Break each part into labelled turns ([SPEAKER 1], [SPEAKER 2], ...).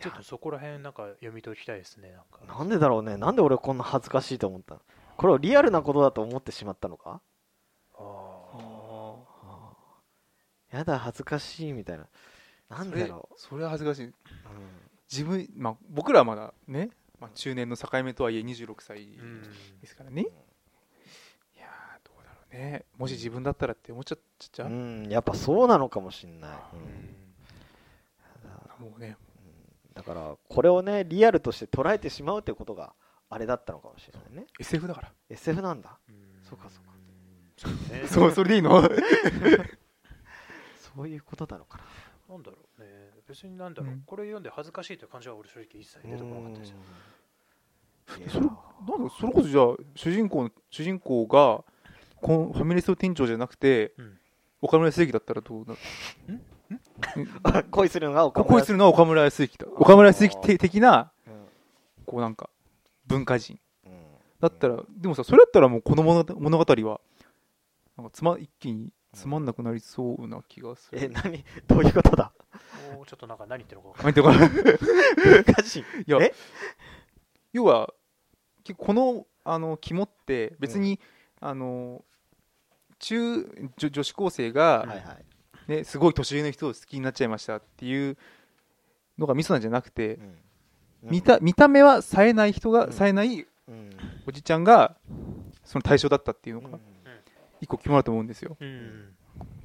[SPEAKER 1] ちょっとそこら辺なんか読み解きたいですねなんか
[SPEAKER 2] なんでだろうねなんで俺こんな恥ずかしいと思ったのこれをリアルなことだと思ってしまったのか
[SPEAKER 1] あ
[SPEAKER 2] あーやだ恥ずかしいみたいななんでだろ、
[SPEAKER 3] それそれは恥ずかしいう自分、まあ、僕らはまだね、まあ、中年の境目とはいえ26歳
[SPEAKER 1] ーうん
[SPEAKER 3] ですからね、いやーどうだろうねもし自分だったらって思っちゃっちゃう、
[SPEAKER 2] うん、うんやっぱそうなのかもしんない、うん
[SPEAKER 3] もうね
[SPEAKER 2] だからこれをねリアルとして捉えてしまうってことがあれだったのかもしれないね
[SPEAKER 3] SF だから
[SPEAKER 2] SF なんだ
[SPEAKER 1] うん
[SPEAKER 2] そうかそうか
[SPEAKER 1] そう ね
[SPEAKER 3] そうそれでいい の
[SPEAKER 2] そういうことなのかな
[SPEAKER 1] なんだろうね別になんだろう、
[SPEAKER 3] うん
[SPEAKER 1] これ読んで恥ずかしいという感じは俺正直一切出てこなかったですよ
[SPEAKER 2] うん
[SPEAKER 3] それなんだそれこそじゃあ主人公主人公がこんファミレスの店長じゃなくて、
[SPEAKER 1] うん
[SPEAKER 3] 岡村康之だったらどうなる
[SPEAKER 2] あ恋するのが岡
[SPEAKER 3] こ
[SPEAKER 2] 村
[SPEAKER 3] こにするのは岡村康之だ岡村康之て的な
[SPEAKER 2] うん
[SPEAKER 3] こうなんか文化人
[SPEAKER 2] うん
[SPEAKER 3] だったらでもさそれだったらもうこの物語物語はなんかつま一気につまんなくなりそうな気がする。
[SPEAKER 2] え何 どういうことだ
[SPEAKER 1] もうちょっとなんか何言ってるのか分かん
[SPEAKER 3] なんて いうのかな
[SPEAKER 2] 難しい
[SPEAKER 3] いや
[SPEAKER 2] え
[SPEAKER 3] 要は結構このあの肝って別に、あの中女女子高生が、
[SPEAKER 2] はいはい
[SPEAKER 3] ね、すごい年上の人を好きになっちゃいましたっていうのがミソなんじゃなくて、
[SPEAKER 2] うん
[SPEAKER 3] 見た見た目は冴えない人が、
[SPEAKER 2] うん
[SPEAKER 3] 冴えない
[SPEAKER 2] うん
[SPEAKER 3] おじちゃんがその対象だったっていうの
[SPEAKER 2] う
[SPEAKER 3] が
[SPEAKER 2] ん
[SPEAKER 3] 一個決まると思うんですよ
[SPEAKER 1] ない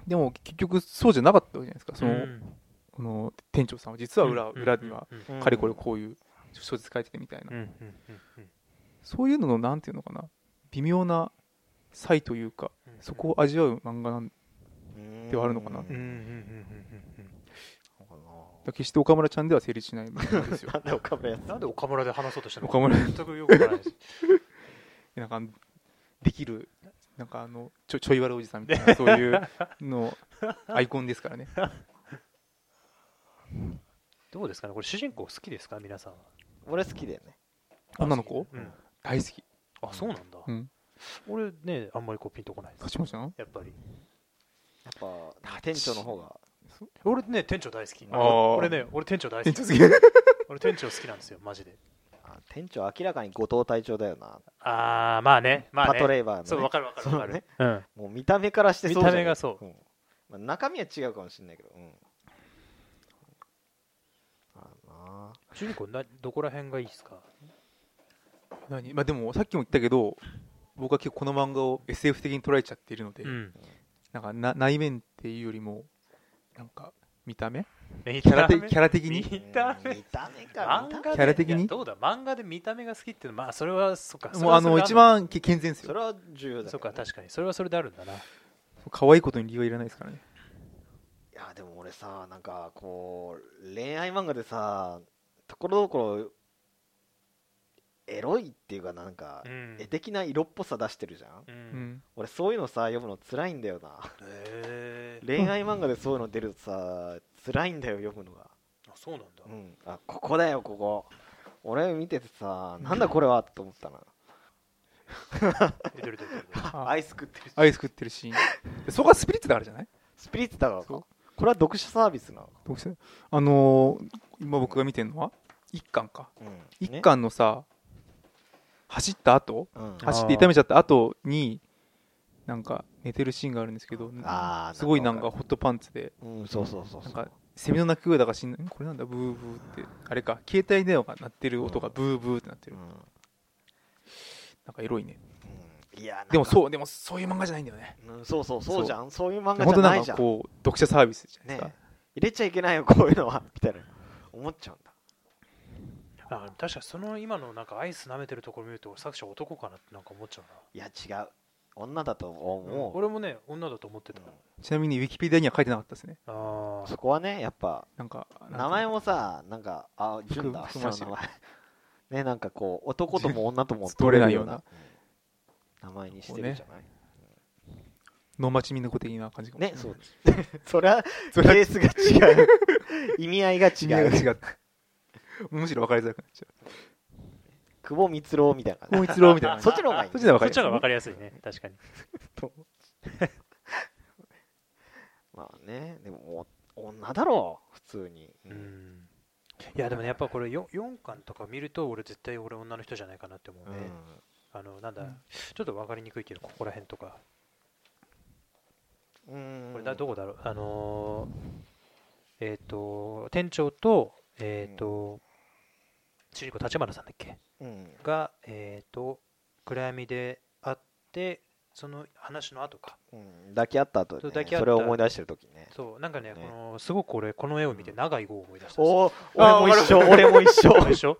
[SPEAKER 3] でも結局そうじゃなかったわけじゃないですかその,、
[SPEAKER 1] うん
[SPEAKER 3] この店長さんは実は裏,、
[SPEAKER 1] うん
[SPEAKER 3] 裏には
[SPEAKER 1] うん
[SPEAKER 2] うん
[SPEAKER 3] かれこれこういう小説書いててみたいな、
[SPEAKER 1] うんうんうんうん
[SPEAKER 3] そういうののなんていうのかな微妙な差異というか
[SPEAKER 1] うん
[SPEAKER 3] そこを味わう漫画なんだ
[SPEAKER 2] うん
[SPEAKER 3] ではあるのかな
[SPEAKER 1] うんうんうん
[SPEAKER 2] なのか
[SPEAKER 3] から決して岡村ちゃんでは成立しない漫画 ですよ
[SPEAKER 2] ななんで岡村や
[SPEAKER 1] うんなんで岡村で話そうとしたのか
[SPEAKER 3] 岡村
[SPEAKER 1] 全くよくわからないです
[SPEAKER 3] なんかできるなんかあのちょちょい悪おじさんみた いなそういうのアイコンですからね
[SPEAKER 1] どうですかねこれ主人公好きですか皆さんは
[SPEAKER 2] 俺好きだよね
[SPEAKER 3] 女の子
[SPEAKER 1] うん
[SPEAKER 3] 大好き
[SPEAKER 1] あそうなんだ
[SPEAKER 3] うん
[SPEAKER 1] 俺ねあんまりこうピンとこないで
[SPEAKER 3] 勝
[SPEAKER 1] す
[SPEAKER 3] ちました
[SPEAKER 1] やっぱり
[SPEAKER 2] やっぱ店長の方が
[SPEAKER 1] 俺ね店長大好き
[SPEAKER 3] あー
[SPEAKER 1] 俺ね俺店長大好
[SPEAKER 3] 店
[SPEAKER 1] き
[SPEAKER 3] 長すぎる
[SPEAKER 1] 俺店長好きなんですよマジで
[SPEAKER 2] あ店長明らかに後藤隊長だよな
[SPEAKER 1] ああまあねまあね
[SPEAKER 2] パトレーバーのね
[SPEAKER 1] そうわかるわかるわかるうん
[SPEAKER 2] もう見た目からしてそうじゃん
[SPEAKER 1] 見た目がそうん
[SPEAKER 2] まあ、中身は違うかもしれないけどうんあらな
[SPEAKER 1] 主人公などこら辺がいいですか
[SPEAKER 3] 何まあでもさっきも言ったけど僕は結構この漫画を SF 的に捉えちゃっているので、
[SPEAKER 1] うん
[SPEAKER 3] なんかな内面っていうよりもなんか見た目
[SPEAKER 1] キ
[SPEAKER 3] キャラ的キャラ的
[SPEAKER 1] 見
[SPEAKER 3] に
[SPEAKER 1] た
[SPEAKER 2] う
[SPEAKER 1] 目
[SPEAKER 2] ん見た目か
[SPEAKER 1] 漫
[SPEAKER 2] 見
[SPEAKER 1] 画で
[SPEAKER 2] た目
[SPEAKER 3] キャラ的に
[SPEAKER 1] いやどうだ漫画で見た目が好きっていうのはまあそれはそっかそれ
[SPEAKER 3] もう
[SPEAKER 1] は
[SPEAKER 3] あ
[SPEAKER 1] それ
[SPEAKER 3] の
[SPEAKER 1] で
[SPEAKER 3] 一
[SPEAKER 1] る
[SPEAKER 3] 番け健全です
[SPEAKER 2] そ
[SPEAKER 3] よ
[SPEAKER 2] れは重要だ、ね、
[SPEAKER 1] そっか確かにそれはそれであるんだな
[SPEAKER 3] 可愛いことに理由はいらないですからね
[SPEAKER 2] いやでも俺さなんかこう恋愛漫画でさところどころエロいっていうかなんか
[SPEAKER 1] うん
[SPEAKER 2] 絵的な色っぽさ出してるじゃん、
[SPEAKER 1] う
[SPEAKER 3] うんん
[SPEAKER 2] 俺そういうのさ読むの辛いんだよ な
[SPEAKER 1] へえ
[SPEAKER 2] 恋愛漫画でそういうの出るとさ辛いんだよ読むのが
[SPEAKER 1] あそうなんだ
[SPEAKER 2] うんあここだよここ俺見ててさなんだこれはと思ったな
[SPEAKER 1] 出てる出てる
[SPEAKER 3] あ
[SPEAKER 2] アイス食ってるし
[SPEAKER 3] アイス食ってるシーン でそこはスピリッツだからじゃない
[SPEAKER 2] スピリッツだからか
[SPEAKER 3] そう
[SPEAKER 2] これは読者サービスなのか
[SPEAKER 3] どうしてあのー今僕が見てるのは一巻か
[SPEAKER 2] うん
[SPEAKER 3] 一
[SPEAKER 2] ね
[SPEAKER 3] 巻のさ、走った後
[SPEAKER 2] うん
[SPEAKER 1] あ
[SPEAKER 3] 走って痛めちゃった後になんか寝てるシーンがあるんですけど
[SPEAKER 2] あー
[SPEAKER 3] すごいなんか
[SPEAKER 2] わ
[SPEAKER 3] ホットパンツで
[SPEAKER 2] うんそうそうそうそ
[SPEAKER 3] な
[SPEAKER 2] うん
[SPEAKER 3] かセミの鳴き声だかしんないんこれなんだブーブーってあれか携帯電話が鳴ってる音がブーブーってなって
[SPEAKER 2] う
[SPEAKER 3] る
[SPEAKER 2] ん
[SPEAKER 3] なんかエロいね
[SPEAKER 2] うんいやなんか
[SPEAKER 3] でもそうでもそういう漫画じゃないんだよね
[SPEAKER 2] うん、そうそうそうじゃんそういう漫画
[SPEAKER 3] 本
[SPEAKER 2] じ
[SPEAKER 3] 当
[SPEAKER 2] ゃな
[SPEAKER 3] ないん
[SPEAKER 2] じ
[SPEAKER 3] か
[SPEAKER 2] ゃん入
[SPEAKER 3] こう読者サービスじゃないですか
[SPEAKER 2] ねれちゃいけないよこういうのはみたいな思っちゃうんだ
[SPEAKER 1] あ確かにその今のなんかアイス舐めてるところ見ると作者男かなってなんか思っちゃ
[SPEAKER 2] いや違う女だと
[SPEAKER 1] うな
[SPEAKER 2] 思う、
[SPEAKER 1] 俺もね女だと思ってた
[SPEAKER 3] ちなみにウィキペディアには書いてなかったですね
[SPEAKER 1] ああ
[SPEAKER 2] そこはねやっぱ
[SPEAKER 3] なんかなんか
[SPEAKER 2] 名前もさなんかあ純だ
[SPEAKER 3] ふく
[SPEAKER 2] 下の名前 ねなんかこう男とも女とも
[SPEAKER 3] 取れないような
[SPEAKER 2] 取れるようなうん名前にしてるんじゃない
[SPEAKER 3] 野町美奈子的な感じかも
[SPEAKER 2] ねそう ですそれは
[SPEAKER 3] そ
[SPEAKER 2] ケ
[SPEAKER 3] れは
[SPEAKER 2] ースが違う意味合いが違
[SPEAKER 3] 違う
[SPEAKER 2] う
[SPEAKER 3] 違う むしろ分かりづらくなっちゃ う
[SPEAKER 2] 久保光郎みたいな
[SPEAKER 3] 孝
[SPEAKER 2] 感
[SPEAKER 3] 一郎みたいな
[SPEAKER 2] じそっちの方がいい
[SPEAKER 3] そっちの方
[SPEAKER 1] そ
[SPEAKER 3] が
[SPEAKER 1] っちの方が
[SPEAKER 3] 分
[SPEAKER 1] 分
[SPEAKER 3] か
[SPEAKER 1] か
[SPEAKER 3] り
[SPEAKER 1] りやすいね確かに
[SPEAKER 2] まあねでももう女だろう普通に、
[SPEAKER 1] うんいやでもねやっぱこれ 4, 四巻とか見ると俺絶対俺女の人じゃないかなって思うね、あのなんだ、
[SPEAKER 3] うん
[SPEAKER 1] ちょっと分かりにくいけどここら辺とか
[SPEAKER 2] うん
[SPEAKER 1] これだどこだろうあのーえっ、と店長とえっ、と、主人公立花さんだっけ
[SPEAKER 2] うん
[SPEAKER 1] がえっ、と暗闇で会ってその話の後か
[SPEAKER 2] うん抱き合った後
[SPEAKER 1] そう抱
[SPEAKER 2] でね
[SPEAKER 1] き合った
[SPEAKER 2] それを思い出してる時ね
[SPEAKER 1] そうなんかね
[SPEAKER 2] ね
[SPEAKER 1] このすごく俺この絵を見て長い号を思い出したんですよ
[SPEAKER 2] おお俺も一緒俺も一緒
[SPEAKER 1] でしょ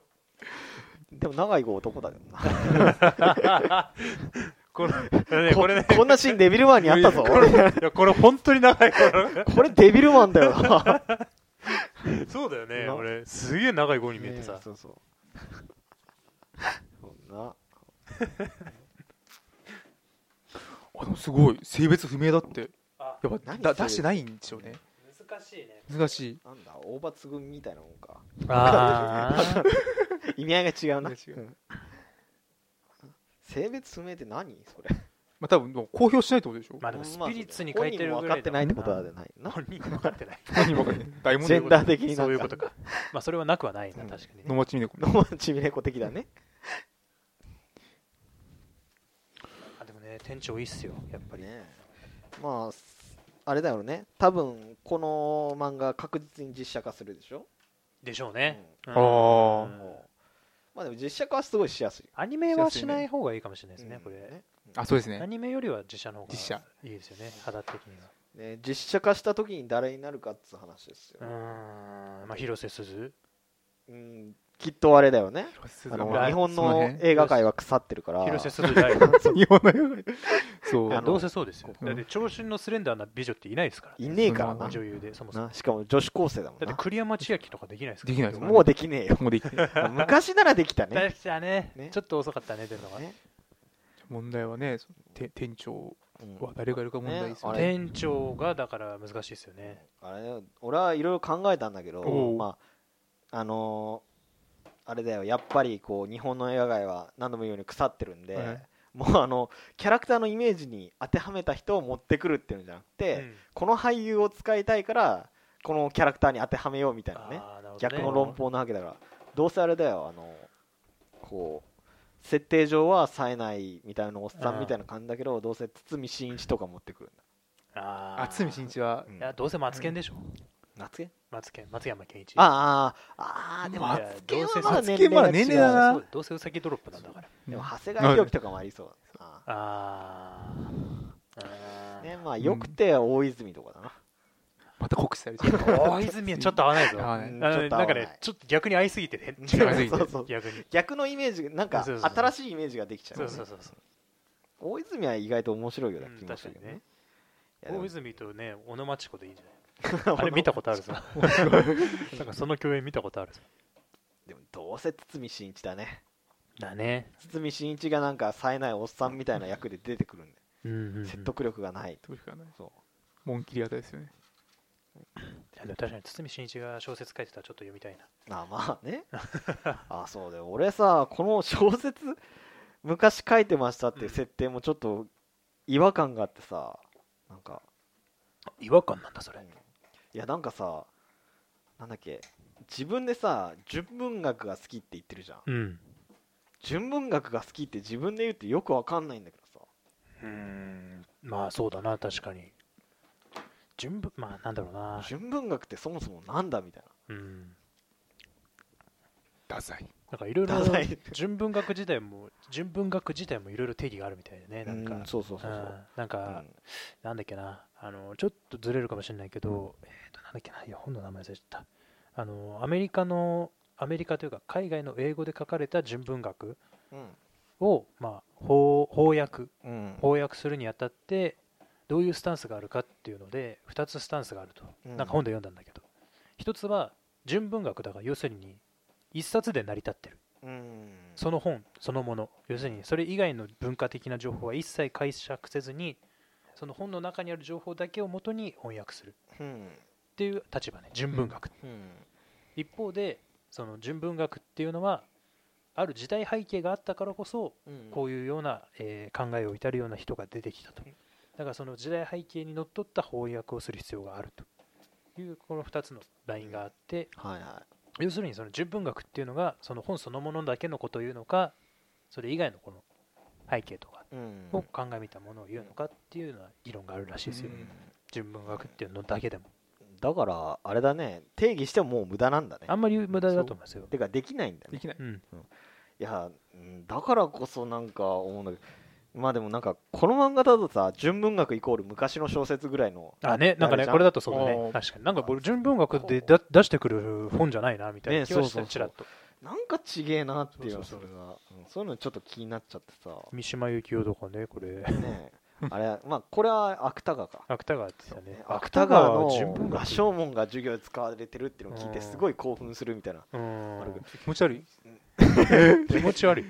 [SPEAKER 2] でも長い子男だよな
[SPEAKER 1] これ ねこれね
[SPEAKER 2] こんなシーンデビルマンにあったぞ
[SPEAKER 1] これいやこれ本当に長いから
[SPEAKER 2] これデビルマン だよな
[SPEAKER 1] そうだよね
[SPEAKER 2] な
[SPEAKER 1] 俺すげえ長い号に見えてさ、
[SPEAKER 2] ねそうそうそん
[SPEAKER 3] あ
[SPEAKER 2] な
[SPEAKER 3] でもすごい性別不明だって
[SPEAKER 1] あ
[SPEAKER 3] やっぱ
[SPEAKER 2] 何
[SPEAKER 3] だ
[SPEAKER 2] それ
[SPEAKER 3] 出してないんですよね
[SPEAKER 1] 難しいね
[SPEAKER 3] 難しい
[SPEAKER 2] なんだ大罰組みたいなもんか
[SPEAKER 1] ああ
[SPEAKER 2] 意味合いが違うな
[SPEAKER 3] 意味合いが違う
[SPEAKER 2] うん性別不明って何それ
[SPEAKER 3] まあ多分もう公表しないってことでしょ
[SPEAKER 1] まあでもスピリッツに書いてるぐ
[SPEAKER 2] 本人も分
[SPEAKER 1] ら
[SPEAKER 2] か
[SPEAKER 1] い
[SPEAKER 2] っ
[SPEAKER 1] だ
[SPEAKER 2] て
[SPEAKER 1] も
[SPEAKER 2] なんいってことはない な
[SPEAKER 1] 本人も分かってない
[SPEAKER 3] 何も分かんない大問
[SPEAKER 2] ジ
[SPEAKER 3] 題
[SPEAKER 2] ェンダー的に
[SPEAKER 1] そういう
[SPEAKER 2] な
[SPEAKER 1] こ
[SPEAKER 2] ん
[SPEAKER 1] と
[SPEAKER 2] か
[SPEAKER 1] かまあそれはなくはないな
[SPEAKER 2] うん
[SPEAKER 1] 確かにね
[SPEAKER 3] 野町峰子
[SPEAKER 2] 野間ちみね子的だね
[SPEAKER 1] あでもね店長いいっすよやっぱり
[SPEAKER 2] ねまあすあれだよね多分この漫画確実に実写化するでしょ、
[SPEAKER 1] でしょうね
[SPEAKER 3] ん
[SPEAKER 1] うん
[SPEAKER 3] あ
[SPEAKER 2] うん
[SPEAKER 1] うん
[SPEAKER 2] まあでも実写化はすごいしやすい
[SPEAKER 1] アニメはしない方がいいかもしれないですね
[SPEAKER 2] うん
[SPEAKER 1] これ
[SPEAKER 3] あそうですね
[SPEAKER 1] アニメよりは実写の方が
[SPEAKER 3] 実写
[SPEAKER 1] いいですよね肌的には
[SPEAKER 2] ね実写化した時に誰になるかっつう話ですよ
[SPEAKER 1] う、ーんまあ広瀬すず
[SPEAKER 2] うん、きっとあれだよねあの
[SPEAKER 1] ライ
[SPEAKER 2] 日本
[SPEAKER 3] そ
[SPEAKER 2] の
[SPEAKER 3] 辺
[SPEAKER 2] 映画界は腐ってるから
[SPEAKER 1] 広瀬すず大 丈
[SPEAKER 3] 日本の映画そ
[SPEAKER 1] 夫
[SPEAKER 3] う
[SPEAKER 1] どうせそうですよ
[SPEAKER 3] うん
[SPEAKER 1] だって長身のスレンダーな美女っていないですから
[SPEAKER 2] いねえから
[SPEAKER 3] そんな
[SPEAKER 2] な
[SPEAKER 1] 女優でそもそも
[SPEAKER 2] なしかも女子高生だもん
[SPEAKER 1] だって
[SPEAKER 2] な
[SPEAKER 1] 栗山千明とかできないですから
[SPEAKER 3] できないです
[SPEAKER 2] もうできねえよ
[SPEAKER 3] もうできない
[SPEAKER 2] 昔ならできたね
[SPEAKER 1] 大吉はね
[SPEAKER 2] ね
[SPEAKER 1] ちょっと遅かったね出るのが
[SPEAKER 2] ね
[SPEAKER 3] 問題はねそのて店長
[SPEAKER 2] うん
[SPEAKER 3] は誰がいるか問題ですよ
[SPEAKER 2] あ
[SPEAKER 3] ね
[SPEAKER 2] れ
[SPEAKER 1] 店長がだから難しいですよね
[SPEAKER 2] あれだよ俺はいろいろ考えたんだけど
[SPEAKER 3] おう
[SPEAKER 2] まああのーあれだよやっぱりこう日本の映画界は何度も言うように腐ってるんで、
[SPEAKER 3] はい
[SPEAKER 2] もうあのキャラクターのイメージに当てはめた人を持ってくるっていうんじゃなくて、
[SPEAKER 1] うん
[SPEAKER 2] この俳優を使いたいからこのキャラクターに当てはめようみたいなね
[SPEAKER 1] あーなるほどね
[SPEAKER 2] 逆の論法なわけだからどうせあれだよあのこう設定上は冴えないみたいなおっさ
[SPEAKER 1] うん
[SPEAKER 2] んみたいな感じだけどどうせ堤真一とか持ってくるんだ
[SPEAKER 1] あー
[SPEAKER 3] あ堤真一は
[SPEAKER 2] うん
[SPEAKER 1] いやどうせマツケンでしょ
[SPEAKER 2] 夏毛
[SPEAKER 1] マツケン松山ケンイチ
[SPEAKER 2] あーあーあーでも
[SPEAKER 3] まあ
[SPEAKER 2] いやどうせまだ
[SPEAKER 3] 松
[SPEAKER 2] 年
[SPEAKER 3] 毛まだ
[SPEAKER 2] 齢
[SPEAKER 3] 年
[SPEAKER 2] が違
[SPEAKER 3] 齢だな
[SPEAKER 2] う
[SPEAKER 1] そうどうせウサギドロップなんだから
[SPEAKER 2] でも
[SPEAKER 3] うん
[SPEAKER 2] 長谷川博己とかもありそうだな
[SPEAKER 1] あーあ
[SPEAKER 2] あー
[SPEAKER 1] ー
[SPEAKER 2] ねまあよくて大泉とかだな
[SPEAKER 3] また酷使されちゃ った
[SPEAKER 1] 大泉はちょっと合わないぞ
[SPEAKER 3] 合わない
[SPEAKER 1] あ
[SPEAKER 2] うん
[SPEAKER 1] の
[SPEAKER 2] ちょっと
[SPEAKER 1] な
[SPEAKER 2] 合
[SPEAKER 1] ん
[SPEAKER 2] わ
[SPEAKER 1] か
[SPEAKER 2] ない
[SPEAKER 1] ねちょっと逆に合いすぎてね
[SPEAKER 2] うん
[SPEAKER 3] 違いすぎて
[SPEAKER 2] そうそう
[SPEAKER 1] 逆に
[SPEAKER 2] 逆のイメージなんか
[SPEAKER 1] そうそうそう
[SPEAKER 2] 新しいイメージができちゃう
[SPEAKER 1] そ
[SPEAKER 2] よ
[SPEAKER 1] う
[SPEAKER 2] ね
[SPEAKER 1] そうそうそう
[SPEAKER 2] 大泉は意外と面白いような
[SPEAKER 1] うん
[SPEAKER 2] 気もするけどねいやでも
[SPEAKER 1] 大泉とね小野町子でいいんじ ゃないあれ見たことあるぞなんかその共演見たことあるぞ
[SPEAKER 2] でもどうせ堤真一だね
[SPEAKER 1] だね
[SPEAKER 2] 堤真一がなんか冴えないおっさんみたいな役で出てくるんで
[SPEAKER 1] うんうんうん
[SPEAKER 2] 説得力がない
[SPEAKER 3] どうしようかな
[SPEAKER 2] そ
[SPEAKER 3] モンキリあたりですよね
[SPEAKER 1] いやでも確かに堤真一が小説書いてたらちょっと読みたいな
[SPEAKER 2] うあま あねあそうだよ俺さこの小説昔書いてましたっていう設定もちょっと違和感があってさなんか
[SPEAKER 1] 違和感なんだそれ
[SPEAKER 2] いやなんかさなんだっけ自分でさ純文学が好きって言ってるじゃん
[SPEAKER 1] うん
[SPEAKER 2] 純文学が好きって自分で言うってよくわかんないんだけどさ
[SPEAKER 1] うんまあそうだな確かに純文まあなんだろうな
[SPEAKER 2] 純文学ってそもそもなんだみたい
[SPEAKER 1] うん
[SPEAKER 3] ダサい
[SPEAKER 1] なんかいろいろ
[SPEAKER 2] ダサい
[SPEAKER 1] 純文学自体も純文学自体もいろいろ定義があるみたいでね
[SPEAKER 2] な
[SPEAKER 1] なんか
[SPEAKER 2] うんそうそうそうそう
[SPEAKER 1] うんなんか、
[SPEAKER 2] うん
[SPEAKER 1] なんだっけなあのちょっとずれるかもしれないけど、えー、となんだっけないや本の名前忘れちゃったあのアメリカのアメリカというか海外の英語で書かれた純文学を、まあ、翻翻訳
[SPEAKER 2] うん
[SPEAKER 1] 翻訳するにあたってどういうスタンスがあるかっていうので2つスタンスがあると、
[SPEAKER 2] うん
[SPEAKER 1] なんか本で読んだんだけど1つは純文学だから要するに1冊で成り立ってる
[SPEAKER 2] うん
[SPEAKER 1] その本そのもの要するにそれ以外の文化的な情報は一切解釈せずにその本の中にある情報だけをもとに翻訳するっ
[SPEAKER 2] うん
[SPEAKER 1] ていう立場ね純文学、
[SPEAKER 2] うん
[SPEAKER 1] 一方でその純文学っていうのはある時代背景があったからこそ
[SPEAKER 2] うん
[SPEAKER 1] こういうような、えー考えを至るような人が出てきたと。だからその時代背景にのっとった翻訳をする必要があるというこの2つのラインがあって
[SPEAKER 2] はいは
[SPEAKER 1] 要するにその純文学っていうのがその本そのものだけのことを言うのかそれ以外のこの背景とか
[SPEAKER 2] うん
[SPEAKER 1] を鑑みたものを言うのかっていうような議論があるらしいですよ、
[SPEAKER 3] うん
[SPEAKER 1] 純文学っていうのだけでも
[SPEAKER 2] だからあれだね定義してももう無駄なんだね
[SPEAKER 1] あんまり無駄だと思いますよ、
[SPEAKER 2] てかできないんだ
[SPEAKER 3] で
[SPEAKER 2] ね
[SPEAKER 3] きない、
[SPEAKER 1] うん、
[SPEAKER 2] いやうんだからこそなんか思うんだけどまあでもなんかこの漫画だとさ純文学イコール昔の小説ぐらいの
[SPEAKER 1] あねなんか
[SPEAKER 2] あれ
[SPEAKER 1] ね
[SPEAKER 2] じゃん
[SPEAKER 1] これだとそうだ
[SPEAKER 3] あ
[SPEAKER 1] ね
[SPEAKER 3] ー
[SPEAKER 1] 確かになんか僕純文学でだ出してくる本じゃないなみたいな
[SPEAKER 2] ね
[SPEAKER 1] 気はして
[SPEAKER 2] そうそうそう
[SPEAKER 1] ちらっと
[SPEAKER 2] なんかちげえなっていう
[SPEAKER 1] そうそうそう
[SPEAKER 2] れがうんそういうのちょっと気になっちゃってさ
[SPEAKER 1] 三島由紀夫とかねこれ
[SPEAKER 2] ねえあれまあこれは芥川か
[SPEAKER 1] 芥川って言ってたね
[SPEAKER 2] 芥川
[SPEAKER 1] は純文
[SPEAKER 2] の羅
[SPEAKER 1] 学
[SPEAKER 2] 生門が授業で使われてるっていうのを聞いて
[SPEAKER 1] うん
[SPEAKER 2] すごい興奮するみたいな
[SPEAKER 1] うん
[SPEAKER 2] 悪く
[SPEAKER 3] 気持ち悪い
[SPEAKER 1] 気持ち悪い、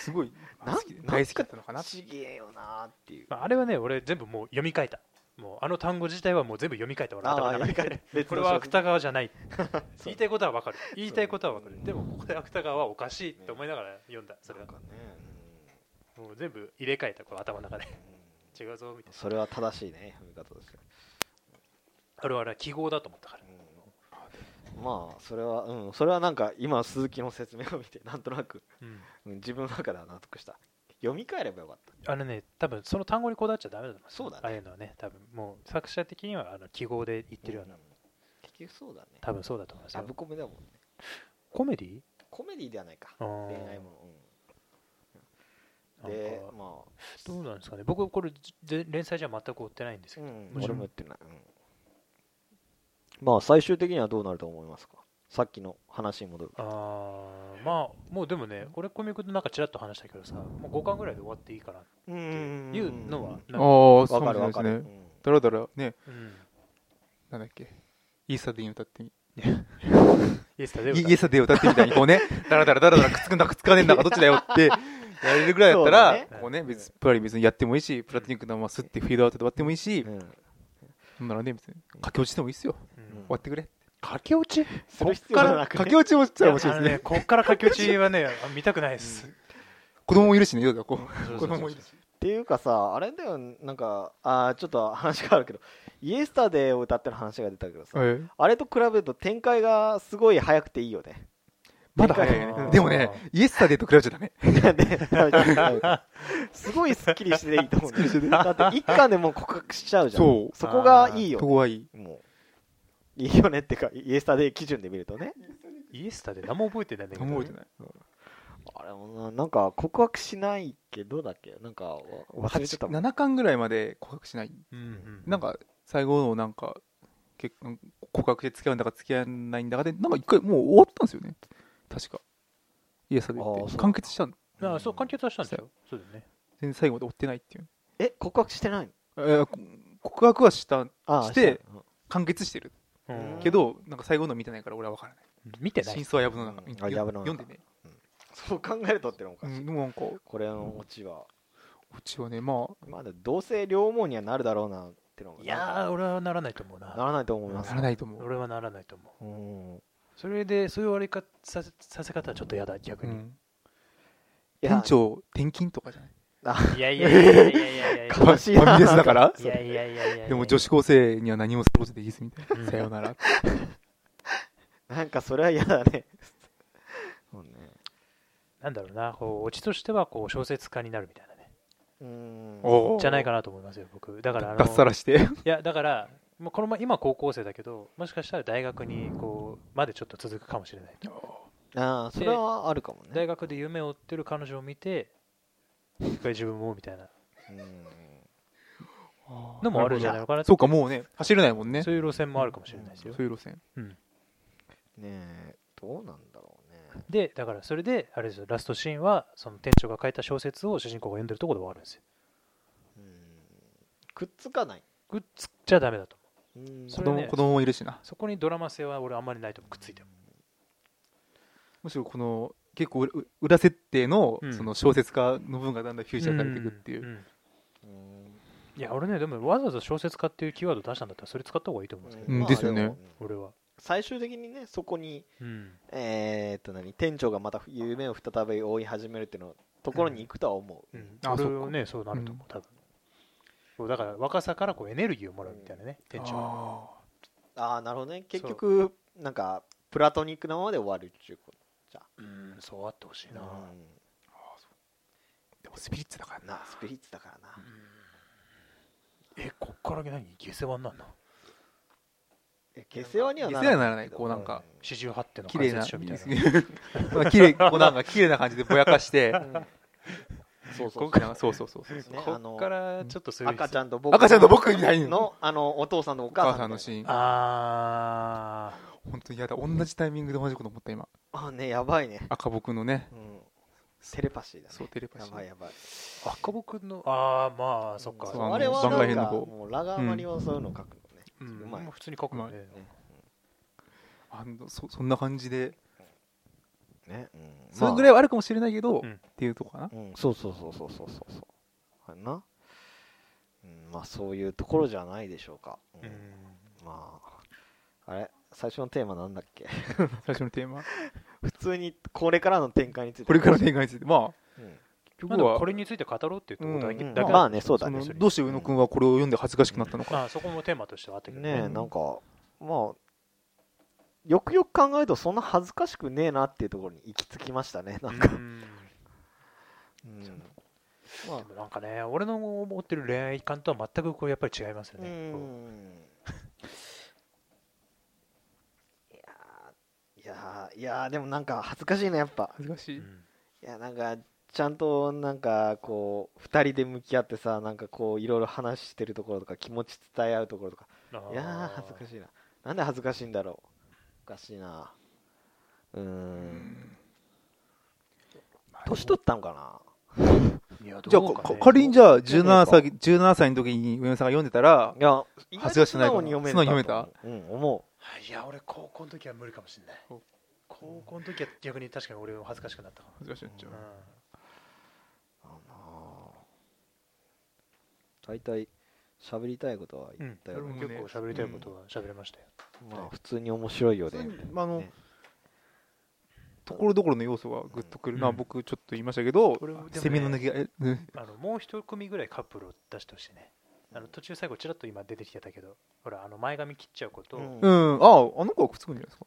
[SPEAKER 3] すごい
[SPEAKER 2] なん
[SPEAKER 3] 好きで
[SPEAKER 2] なん
[SPEAKER 3] 大好きだったのかなって
[SPEAKER 2] ちげえよなっていう
[SPEAKER 1] まあ、あれはね俺全部もう読み替えたもうあの単語自体はもう全部読み替えた俺頭の中で
[SPEAKER 2] 別
[SPEAKER 1] これは芥
[SPEAKER 2] 川
[SPEAKER 1] 川じ ゃない言いたいことは分かる言いたいことは分かるでもここで芥川はおかしいって思いながら読んだそれは
[SPEAKER 2] かね
[SPEAKER 1] もう全部入れ替えたこう頭の中で
[SPEAKER 2] うん
[SPEAKER 1] 違うぞみたいな
[SPEAKER 2] それは正しいね読み方ですよ
[SPEAKER 1] あれはあれは記号だと思ったから
[SPEAKER 2] うんまあそれはうんそれはなんか今鈴木の説明を見てなんとなく、
[SPEAKER 1] うん
[SPEAKER 2] うん自分の中では納得した読み替えればよかった
[SPEAKER 1] あのね多分その単語にこだわっちゃダメだと思
[SPEAKER 2] そうだね
[SPEAKER 1] ああいうのはね多分もう作者的にはあの記号で言ってるような、
[SPEAKER 2] うん結局そうだね
[SPEAKER 1] 多分そうだと思います
[SPEAKER 2] ラ
[SPEAKER 1] よ
[SPEAKER 2] ブコメだもんね
[SPEAKER 1] コメディ
[SPEAKER 2] コメディではないか
[SPEAKER 1] あー
[SPEAKER 2] 恋愛もの、うん、で
[SPEAKER 1] なんか
[SPEAKER 2] ま
[SPEAKER 1] どうなんですかね僕これぜ連載じゃ全く追ってないんです
[SPEAKER 2] あ、
[SPEAKER 1] け
[SPEAKER 2] う
[SPEAKER 1] ど、
[SPEAKER 2] ん、
[SPEAKER 1] もち
[SPEAKER 2] 俺
[SPEAKER 1] ろん
[SPEAKER 2] も言ってない、うんまあ最終的にはどうなると思いますかさっきの話に戻る
[SPEAKER 1] あーまあもうでもね俺コミックでなんかちらっと話したけどさもう5巻ぐらいで終わっていいかなって
[SPEAKER 2] う
[SPEAKER 1] いうのは
[SPEAKER 3] ああ
[SPEAKER 1] なんか
[SPEAKER 3] ーそうか
[SPEAKER 2] わかる
[SPEAKER 3] も
[SPEAKER 2] わ
[SPEAKER 3] し
[SPEAKER 2] か
[SPEAKER 3] れない
[SPEAKER 2] る、
[SPEAKER 3] うです
[SPEAKER 2] ん
[SPEAKER 3] ねだらだらね
[SPEAKER 1] うん
[SPEAKER 3] なんだっけイーサディン歌ってみ
[SPEAKER 1] イエスタで
[SPEAKER 3] イイエサディン歌ってみたいにこう ねだらだらだらだらくっつくんだくっつかねえんだかどっちだよってやれるぐらいだったら
[SPEAKER 2] そうだ
[SPEAKER 1] ね
[SPEAKER 3] こうね別にプラリ別にやってもいいしプラテニックのまますってフィードアウトで終わってもいいし
[SPEAKER 2] うん
[SPEAKER 3] なんならね別に駆け落ちでもいいっすよ
[SPEAKER 1] うん
[SPEAKER 3] 終わってくれ
[SPEAKER 1] 駆け落ち
[SPEAKER 2] す る必要がなく
[SPEAKER 3] 駆
[SPEAKER 2] ね
[SPEAKER 3] け落ちもしたら面
[SPEAKER 1] いや
[SPEAKER 3] 白
[SPEAKER 1] あ
[SPEAKER 3] い
[SPEAKER 1] の
[SPEAKER 3] です
[SPEAKER 1] ね
[SPEAKER 3] ね
[SPEAKER 1] こっから駆け落ちはね あ見たくないです、
[SPEAKER 3] 子供もいるしねよだこ
[SPEAKER 1] そう
[SPEAKER 3] 子
[SPEAKER 1] うそうそう
[SPEAKER 3] 供もいるし
[SPEAKER 2] っていうかさあれだよなんかあーちょっと話変わるけど「イエスタデー」を歌ってる話が出たけどさ、
[SPEAKER 3] はい
[SPEAKER 2] あれと比べると展開がすごい早くていいよね
[SPEAKER 3] まだ早いよ
[SPEAKER 1] あー
[SPEAKER 3] ねでもねイエスタデーと比べちゃダメ
[SPEAKER 2] ですごいすっきりしていいと思うんだよだって一巻でもう告白しちゃうじゃん
[SPEAKER 3] そう
[SPEAKER 2] こがいいよ
[SPEAKER 3] とこはいい
[SPEAKER 2] もういいよねってかイエスタデー基準で見るとね
[SPEAKER 1] イエスタで何も覚えてないんだけど、ね、
[SPEAKER 3] 覚えてない
[SPEAKER 2] あれもななんか告白しないけどだっけなんかわ忘れてたもん
[SPEAKER 3] 7巻ぐらいまで告白しない
[SPEAKER 1] うんうん、
[SPEAKER 3] なんか最後のなんか結婚告白で付き合うんだか付き合わないんだかでなんか一回もう終わったんですよね確かイエスタデー
[SPEAKER 2] あー
[SPEAKER 3] っ
[SPEAKER 2] そ
[SPEAKER 3] て
[SPEAKER 2] う
[SPEAKER 3] 完結したん
[SPEAKER 1] あそう完結はしたんだよそうだよね
[SPEAKER 3] 全然最後まで追ってないっていう、
[SPEAKER 2] え告白してないの
[SPEAKER 3] えーこ告白はした
[SPEAKER 2] あー
[SPEAKER 3] して
[SPEAKER 2] たの
[SPEAKER 3] 完結してる
[SPEAKER 1] う
[SPEAKER 2] うん
[SPEAKER 1] ん
[SPEAKER 3] けどなんか最後の見てないから俺は分からない
[SPEAKER 1] 見てない
[SPEAKER 3] 真相は藪の中、
[SPEAKER 2] うん
[SPEAKER 3] うん
[SPEAKER 2] あ藪の中
[SPEAKER 3] 読んでね、
[SPEAKER 2] そう考えるとってのもお
[SPEAKER 3] う
[SPEAKER 2] かしい、
[SPEAKER 3] ん、でもなんかう
[SPEAKER 2] これのオチは
[SPEAKER 3] ちはねま
[SPEAKER 2] まあでもどうせ両思いにはなるだろうなってのが
[SPEAKER 1] いやー俺はならないと思う
[SPEAKER 2] な
[SPEAKER 1] な
[SPEAKER 2] らないと思い
[SPEAKER 3] あ
[SPEAKER 2] ます
[SPEAKER 3] ならないと思う、
[SPEAKER 1] 俺はならないと思う
[SPEAKER 2] うん
[SPEAKER 1] それでそういう終わり方させさせ方はちょっと嫌だ逆
[SPEAKER 3] う
[SPEAKER 1] に、
[SPEAKER 3] ん、
[SPEAKER 2] いや
[SPEAKER 3] 店長転勤とかじゃない
[SPEAKER 1] いやいやいやいやいやいやいやいや
[SPEAKER 2] 悲しいな
[SPEAKER 3] ファミレスだから
[SPEAKER 1] いやいやいやいや
[SPEAKER 3] でも女子高生には何もサボっていいですみたい
[SPEAKER 1] うん
[SPEAKER 3] なさようなら
[SPEAKER 2] なんかそれは嫌だねそうね
[SPEAKER 1] なんだろうなこうオチとしてはこう小説家になるみたいなね
[SPEAKER 2] うん
[SPEAKER 3] おー
[SPEAKER 1] じゃないかなと思いますよ僕だからあ
[SPEAKER 3] 脱サ
[SPEAKER 1] の
[SPEAKER 3] ラして
[SPEAKER 1] いやだからまあこのま今高校生だけどもしかしたら大学にこうまでちょっと続くかもしれない
[SPEAKER 2] ああそれはあるかもね
[SPEAKER 1] 大学で夢を追ってる彼女を見て一回自分もみたいな
[SPEAKER 2] うん
[SPEAKER 1] のもあるんじゃないのかな
[SPEAKER 3] そうかもうね走れないもんね
[SPEAKER 1] そ
[SPEAKER 3] そう
[SPEAKER 1] ういう路線もあるかもしれないですよ、
[SPEAKER 3] いう路線
[SPEAKER 1] うん、
[SPEAKER 2] ねえどうなんだろうね
[SPEAKER 1] でだからそれであれですよラストシーンはその店長が書いた小説を主人公が読んでるところで終わるんですよ
[SPEAKER 2] うんくっつかない
[SPEAKER 1] くっつっちゃダメだと思う
[SPEAKER 2] うん
[SPEAKER 1] そ
[SPEAKER 3] 子
[SPEAKER 1] れね
[SPEAKER 3] 供子供もいるしな
[SPEAKER 1] そこにドラマ性は俺あんまりないと思うくっついても
[SPEAKER 3] むしろこの結構裏裏設定の
[SPEAKER 1] うん
[SPEAKER 3] その小説家の文がだんだんフューチャーされていくってい
[SPEAKER 1] ん
[SPEAKER 3] う
[SPEAKER 1] うん
[SPEAKER 2] うん
[SPEAKER 1] いや俺ねでもわざわざ小説家っていうキーワード出したんだったらそれ使った方がいいと思うんですけど、
[SPEAKER 3] うん
[SPEAKER 2] まあ
[SPEAKER 3] ですよね
[SPEAKER 2] も
[SPEAKER 1] 俺は、
[SPEAKER 2] 最終的にねそこに
[SPEAKER 1] うん、
[SPEAKER 2] えーっと何店長がまた夢を再び追い始めるっていうのところに行くとは思う、
[SPEAKER 1] うん、
[SPEAKER 3] あ
[SPEAKER 1] それをねそうなると思う、多分そうだから若さからこうエネルギーをもらうみたいなね店長は
[SPEAKER 3] あ
[SPEAKER 2] ああなるほどね結局なんかプラトニックなままで終わるっていうこ
[SPEAKER 1] うんそうあってほしい
[SPEAKER 2] と
[SPEAKER 1] な、
[SPEAKER 2] う
[SPEAKER 3] でもスピリッツだから
[SPEAKER 2] ん、
[SPEAKER 3] な
[SPEAKER 2] なスピリッツだからな、
[SPEAKER 1] えこっから何下世話になるの
[SPEAKER 2] え下世話には
[SPEAKER 3] 下世話にならないこうなんか
[SPEAKER 1] 四十八手の
[SPEAKER 3] 綺麗
[SPEAKER 1] 解
[SPEAKER 3] な
[SPEAKER 1] 説書みたい な
[SPEAKER 3] まあ綺麗こうなんか綺麗な感じでぼやかして
[SPEAKER 2] うんそうそ
[SPEAKER 3] こ
[SPEAKER 2] うそう
[SPEAKER 3] うなんかそうそうそうそう
[SPEAKER 2] ね
[SPEAKER 1] こ
[SPEAKER 2] あの
[SPEAKER 1] っからちょっとそういう
[SPEAKER 2] 赤ち
[SPEAKER 1] ゃん
[SPEAKER 2] ゃんと僕
[SPEAKER 3] 赤ちゃんと僕みたいにお
[SPEAKER 2] のあのお父さんとお母
[SPEAKER 3] 母
[SPEAKER 2] さ
[SPEAKER 3] さん
[SPEAKER 2] んみ
[SPEAKER 3] の
[SPEAKER 2] た
[SPEAKER 3] シ
[SPEAKER 2] いな
[SPEAKER 3] ーン
[SPEAKER 1] あ
[SPEAKER 3] 本当にやだ同じタイミングで同じこと思った今
[SPEAKER 2] あねやばいね、
[SPEAKER 3] 赤僕のね
[SPEAKER 2] うん、テレパシーだね
[SPEAKER 3] そうテレパシ
[SPEAKER 2] やばい
[SPEAKER 3] ー
[SPEAKER 2] やばい
[SPEAKER 1] ー赤僕のああまあそっか
[SPEAKER 2] うん
[SPEAKER 3] そうあの
[SPEAKER 2] あれは
[SPEAKER 3] 番
[SPEAKER 2] な
[SPEAKER 3] 外
[SPEAKER 2] ん
[SPEAKER 3] 編の
[SPEAKER 2] か
[SPEAKER 3] 方
[SPEAKER 2] もうラガーマリはそういうの書くのね、
[SPEAKER 1] う
[SPEAKER 2] うんまい
[SPEAKER 1] もう普通に書くもんね
[SPEAKER 2] ね
[SPEAKER 3] あのそそんな感じで
[SPEAKER 2] ね、うん
[SPEAKER 3] それぐらい
[SPEAKER 2] い、
[SPEAKER 3] はあるかもしれないけどっ
[SPEAKER 1] うん
[SPEAKER 3] ていうとこかな
[SPEAKER 2] うん、そうそうそうそうそうそうそうな、うん、まあそういうところじゃないでしょうか、うん
[SPEAKER 1] うん
[SPEAKER 2] まああれ最初のテーマなんだっけ
[SPEAKER 3] 最初のテーマ
[SPEAKER 2] 普通にこれからの展開について
[SPEAKER 3] これからの展開について まあ
[SPEAKER 2] うん
[SPEAKER 3] 結
[SPEAKER 1] まあ、でもこれについて語ろうっていうところだけ,、
[SPEAKER 2] うん
[SPEAKER 1] だけ
[SPEAKER 2] まあねそうだね
[SPEAKER 1] それ
[SPEAKER 3] どうして宇野くんはこれを読んで恥ずかしくなったのか
[SPEAKER 1] あそこもテーマとしてはあったけど
[SPEAKER 2] ねえ
[SPEAKER 3] うん
[SPEAKER 2] なんかまあよくよく考えるとそんな恥ずかしくねえなっていうところに行き着きましたねなんか、
[SPEAKER 1] うん
[SPEAKER 2] うん
[SPEAKER 1] まあでもなんかね俺の思ってる恋愛観とは全くこうやっぱり違いますよ
[SPEAKER 2] う
[SPEAKER 1] ね、
[SPEAKER 2] ん
[SPEAKER 1] こ
[SPEAKER 2] いやーいやーいやーでもなんか恥ずかしいねやっぱ
[SPEAKER 3] 恥ずか
[SPEAKER 1] う
[SPEAKER 3] し
[SPEAKER 1] う
[SPEAKER 3] い
[SPEAKER 1] ん
[SPEAKER 2] いやなんかちゃんとなんかこう2人で向き合ってさなんかこういろいろ話してるところとか気持ち伝え合うところとか
[SPEAKER 1] あー
[SPEAKER 2] いやー恥ずかしいななんで恥ずかしいんだろうおかしいなうーん年取ったのか
[SPEAKER 1] い
[SPEAKER 3] じ
[SPEAKER 1] や
[SPEAKER 3] ゃあ
[SPEAKER 1] どうか
[SPEAKER 3] か
[SPEAKER 1] ね
[SPEAKER 3] 仮にじゃあ17
[SPEAKER 2] どう
[SPEAKER 3] 歳17歳の時に上野さんが読んでたら
[SPEAKER 2] ないや
[SPEAKER 3] 恥ずかしくないか
[SPEAKER 2] 素直
[SPEAKER 3] な
[SPEAKER 2] に読めた
[SPEAKER 3] 素直に読
[SPEAKER 2] めたうん思
[SPEAKER 1] いや俺高校の時は無理かもしれない
[SPEAKER 3] そう
[SPEAKER 1] 高校の時は逆に確かに俺も恥ずかしくなったか
[SPEAKER 3] 恥ずかしいなっちゃ
[SPEAKER 1] も、
[SPEAKER 3] う
[SPEAKER 1] う
[SPEAKER 2] うんんうあのー大体喋りたいことは言ったよ、
[SPEAKER 3] うん
[SPEAKER 2] ね
[SPEAKER 3] も
[SPEAKER 1] 結構喋りたいことは喋れましたよ、
[SPEAKER 2] まあ普通に面白いよ
[SPEAKER 3] 普通
[SPEAKER 2] ね
[SPEAKER 3] にまああの
[SPEAKER 2] ね
[SPEAKER 3] ところどころの要素がグッとくるな
[SPEAKER 1] うん
[SPEAKER 3] 僕ちょっと言いましたけど
[SPEAKER 1] 俺もでもね
[SPEAKER 3] セミの抜けがえうん
[SPEAKER 1] あのもう一組ぐらいカップルを出してほしいねあの途中最後ちらっと今出てきてたけどほらあの前髪切っちゃうことを、
[SPEAKER 2] うん
[SPEAKER 3] うんあああの子はくっつくんじゃないですか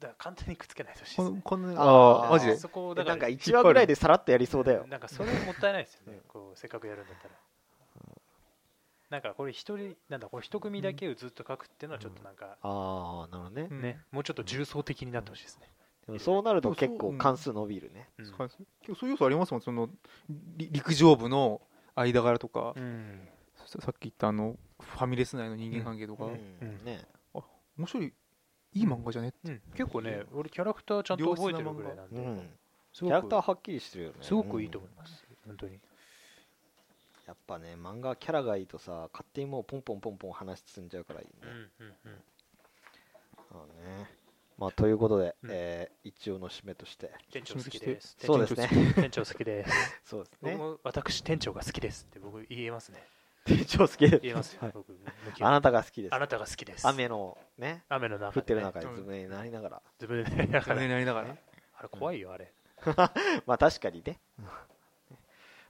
[SPEAKER 1] だから簡単にくっつけないでほしいで
[SPEAKER 3] こ
[SPEAKER 1] すね
[SPEAKER 3] のこの
[SPEAKER 2] あ
[SPEAKER 3] あ
[SPEAKER 2] ー
[SPEAKER 3] あマジで
[SPEAKER 1] そこをだ
[SPEAKER 2] え
[SPEAKER 1] から
[SPEAKER 2] なんか1話ぐらいでさらっとやりそうだよ
[SPEAKER 1] なんかそれもったいないですよねこうせっかくやるんだったらなんかこれ一人なんだこれ一組だけをずっと書くっていうのはちょっとなんか、
[SPEAKER 2] ああなるほどね
[SPEAKER 3] うん
[SPEAKER 1] ねもうちょっと重層的になってほしいですね、
[SPEAKER 2] でもそうなると結構
[SPEAKER 3] うん
[SPEAKER 2] 関数伸びるね
[SPEAKER 1] うん
[SPEAKER 3] そう結構そういう要素ありますもんそのり陸上部の間柄とか、
[SPEAKER 1] うん
[SPEAKER 3] ささっき言ったあのファミレス内の人間関係とか、
[SPEAKER 1] ん
[SPEAKER 2] ね
[SPEAKER 3] 面白いいい漫画じゃね
[SPEAKER 1] うん結構ね俺キャラクターちゃんと覚えてるぐらいなん
[SPEAKER 2] う
[SPEAKER 1] で、
[SPEAKER 2] ん
[SPEAKER 1] す
[SPEAKER 2] キ
[SPEAKER 1] ご
[SPEAKER 2] ャ
[SPEAKER 1] く
[SPEAKER 2] ラクターはっきりしてるよね
[SPEAKER 1] すごくいいと思い
[SPEAKER 2] うん
[SPEAKER 1] ます、本当に
[SPEAKER 2] やっぱね漫画はキャラがいいとさ勝手にもうポンポンポンポン話進んじゃうからいいねそうねまあということで
[SPEAKER 1] うん
[SPEAKER 2] えー一応の締めとして
[SPEAKER 1] 店長好きです
[SPEAKER 2] そうで すね
[SPEAKER 1] 店長好きです
[SPEAKER 2] そうです
[SPEAKER 1] 僕
[SPEAKER 2] ね
[SPEAKER 1] も私店長が好きですって僕言えますね
[SPEAKER 2] 店長好きです
[SPEAKER 1] 言えますよ
[SPEAKER 2] はい
[SPEAKER 1] 僕向き合う
[SPEAKER 2] あなたが好きです
[SPEAKER 1] あなたが好きです
[SPEAKER 2] 雨のね
[SPEAKER 1] 雨の中でね
[SPEAKER 2] 降ってる中
[SPEAKER 3] で
[SPEAKER 2] で
[SPEAKER 3] ね
[SPEAKER 2] ずぶ濡れになりながら
[SPEAKER 1] ずぶ濡れだから
[SPEAKER 3] になりながら
[SPEAKER 1] あれ怖いよあれ
[SPEAKER 2] まあ確かにね。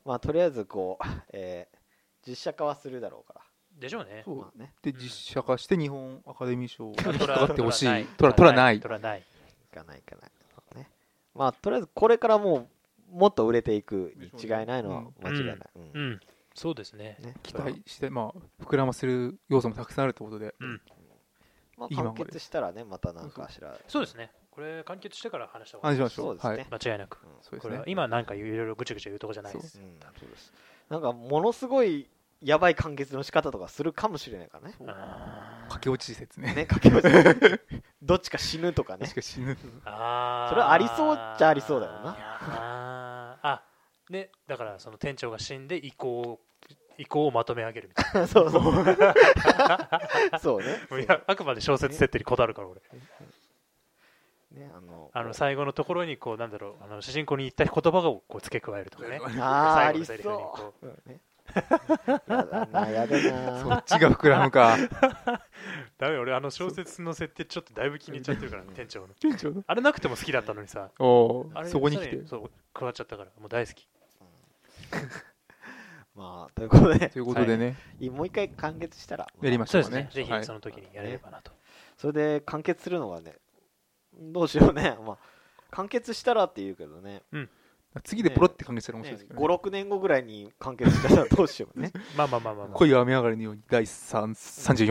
[SPEAKER 2] まあとりあえずこう、えー実写化はするだろうか
[SPEAKER 1] でしょうね
[SPEAKER 3] そう
[SPEAKER 2] まあね
[SPEAKER 3] で
[SPEAKER 1] うん
[SPEAKER 3] 実写化して日本アカデミー賞を
[SPEAKER 1] 取
[SPEAKER 3] 引っかかってほしい
[SPEAKER 1] 取
[SPEAKER 3] 取
[SPEAKER 1] ら
[SPEAKER 3] ら取らない
[SPEAKER 1] 取らない
[SPEAKER 2] ら。いかないいかない。そうね、まあとりあえずこれからもうもっと売れていくに違いないのは間違いない。うん
[SPEAKER 1] うんそうですね
[SPEAKER 2] ね
[SPEAKER 1] 期
[SPEAKER 3] 期待してまあ膨らませる要素もたくさんあるってことで、
[SPEAKER 1] うん
[SPEAKER 2] まあ
[SPEAKER 3] いいまんま
[SPEAKER 2] 完結したらね、またなんかしら。
[SPEAKER 1] そうですねこれ完結してから話した方が
[SPEAKER 3] 話
[SPEAKER 1] いい
[SPEAKER 3] しましょ
[SPEAKER 2] そううですね
[SPEAKER 3] はい
[SPEAKER 1] 間違いなく
[SPEAKER 2] うん
[SPEAKER 3] そうで
[SPEAKER 1] こ
[SPEAKER 3] す
[SPEAKER 1] れ
[SPEAKER 3] ね
[SPEAKER 1] は今なんかいろいろぐちゃぐちゃ言うとこじゃないで
[SPEAKER 2] う
[SPEAKER 1] す
[SPEAKER 2] んそうです。なんかものすごいやばい完結の仕方とかするかもしれないからね。
[SPEAKER 3] そう
[SPEAKER 1] あー
[SPEAKER 3] 駆け落ち説ね
[SPEAKER 2] ね、かけ落 ちどっちか死ぬとかね
[SPEAKER 3] 確。か死ぬ
[SPEAKER 1] あー
[SPEAKER 2] それはありそうっちゃありそうだよない
[SPEAKER 1] やーあねだからその店長が死んで意向を意向をまとめ上げる みたい
[SPEAKER 2] そうそう。 そうね。
[SPEAKER 1] ないやあくまで小説設定にこだわるから俺
[SPEAKER 2] ねあの
[SPEAKER 1] あの最後のところにこうなんだろうあの主人公に言った言葉をこう付け加えるとかね
[SPEAKER 2] あーあ
[SPEAKER 1] 最後
[SPEAKER 2] り
[SPEAKER 1] のセリフにこう
[SPEAKER 2] そう。ね やだな、やだ
[SPEAKER 3] そ
[SPEAKER 2] な。
[SPEAKER 3] っちが膨らむか
[SPEAKER 1] ダメ俺あの小説の設定ちょっとだいぶ気に入っちゃってるからね 店長の
[SPEAKER 3] 店長
[SPEAKER 1] あれなくても好きだったのにさ
[SPEAKER 3] お
[SPEAKER 1] あ
[SPEAKER 3] ー
[SPEAKER 1] れ
[SPEAKER 3] そこに来て
[SPEAKER 1] さらそう加わっちゃったからもう大好き
[SPEAKER 2] まあ、ということで
[SPEAKER 3] とい、うことでね、
[SPEAKER 2] いもう一回完結したら、
[SPEAKER 3] やりまし
[SPEAKER 1] そ
[SPEAKER 3] ょ
[SPEAKER 1] う
[SPEAKER 3] う
[SPEAKER 1] です
[SPEAKER 3] かね
[SPEAKER 1] ねぜひ
[SPEAKER 3] はい
[SPEAKER 1] その時にやれればなと
[SPEAKER 2] それで完結するのがね、どうしようね、 まあ、完結したらって言うけどね
[SPEAKER 3] 次でポロって完結したら面白い
[SPEAKER 2] ね
[SPEAKER 3] ですけど、ね
[SPEAKER 2] 56年後ぐらいに完結したらど うしようね
[SPEAKER 1] まあまあまあまあ、まあ、
[SPEAKER 3] 恋が雨上がりのように第3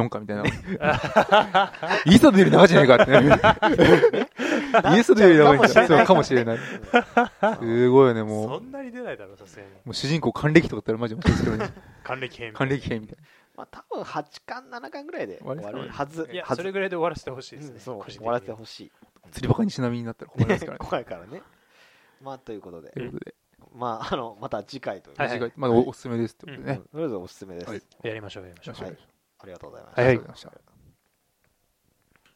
[SPEAKER 3] 34巻みたいなイースタドより長いじゃないかってなる イースタドより長いんだそうかもしれないすごいよねもう
[SPEAKER 1] そんなに出ないだろさすがに
[SPEAKER 3] もう主人公還暦とかだったらマジ面白いですけどね
[SPEAKER 1] 還暦編
[SPEAKER 3] 還暦編みたい
[SPEAKER 2] まあ多分8巻7巻ぐらいで
[SPEAKER 3] 終
[SPEAKER 2] 終わ
[SPEAKER 3] わ
[SPEAKER 1] り
[SPEAKER 2] るはず
[SPEAKER 1] いや
[SPEAKER 2] はず
[SPEAKER 1] それぐらいで終わらせてほしいです
[SPEAKER 2] う
[SPEAKER 1] ね
[SPEAKER 2] んそう
[SPEAKER 1] 個人的
[SPEAKER 2] 終
[SPEAKER 1] に
[SPEAKER 2] わ
[SPEAKER 1] は
[SPEAKER 2] らせてほしい
[SPEAKER 3] な釣りバカにちなみになったら困ります からね
[SPEAKER 2] 怖いからねまあということで
[SPEAKER 3] ということで、
[SPEAKER 2] まああのまた次回という
[SPEAKER 1] はい
[SPEAKER 2] ね
[SPEAKER 1] はい
[SPEAKER 3] 短いまあおおすすめですってことで
[SPEAKER 2] うん
[SPEAKER 3] ね、
[SPEAKER 2] とりあえずおすすめです
[SPEAKER 3] はい
[SPEAKER 1] やりましょうやりましょう
[SPEAKER 2] はいありがとうございました
[SPEAKER 1] はいはい
[SPEAKER 3] ありがとうございました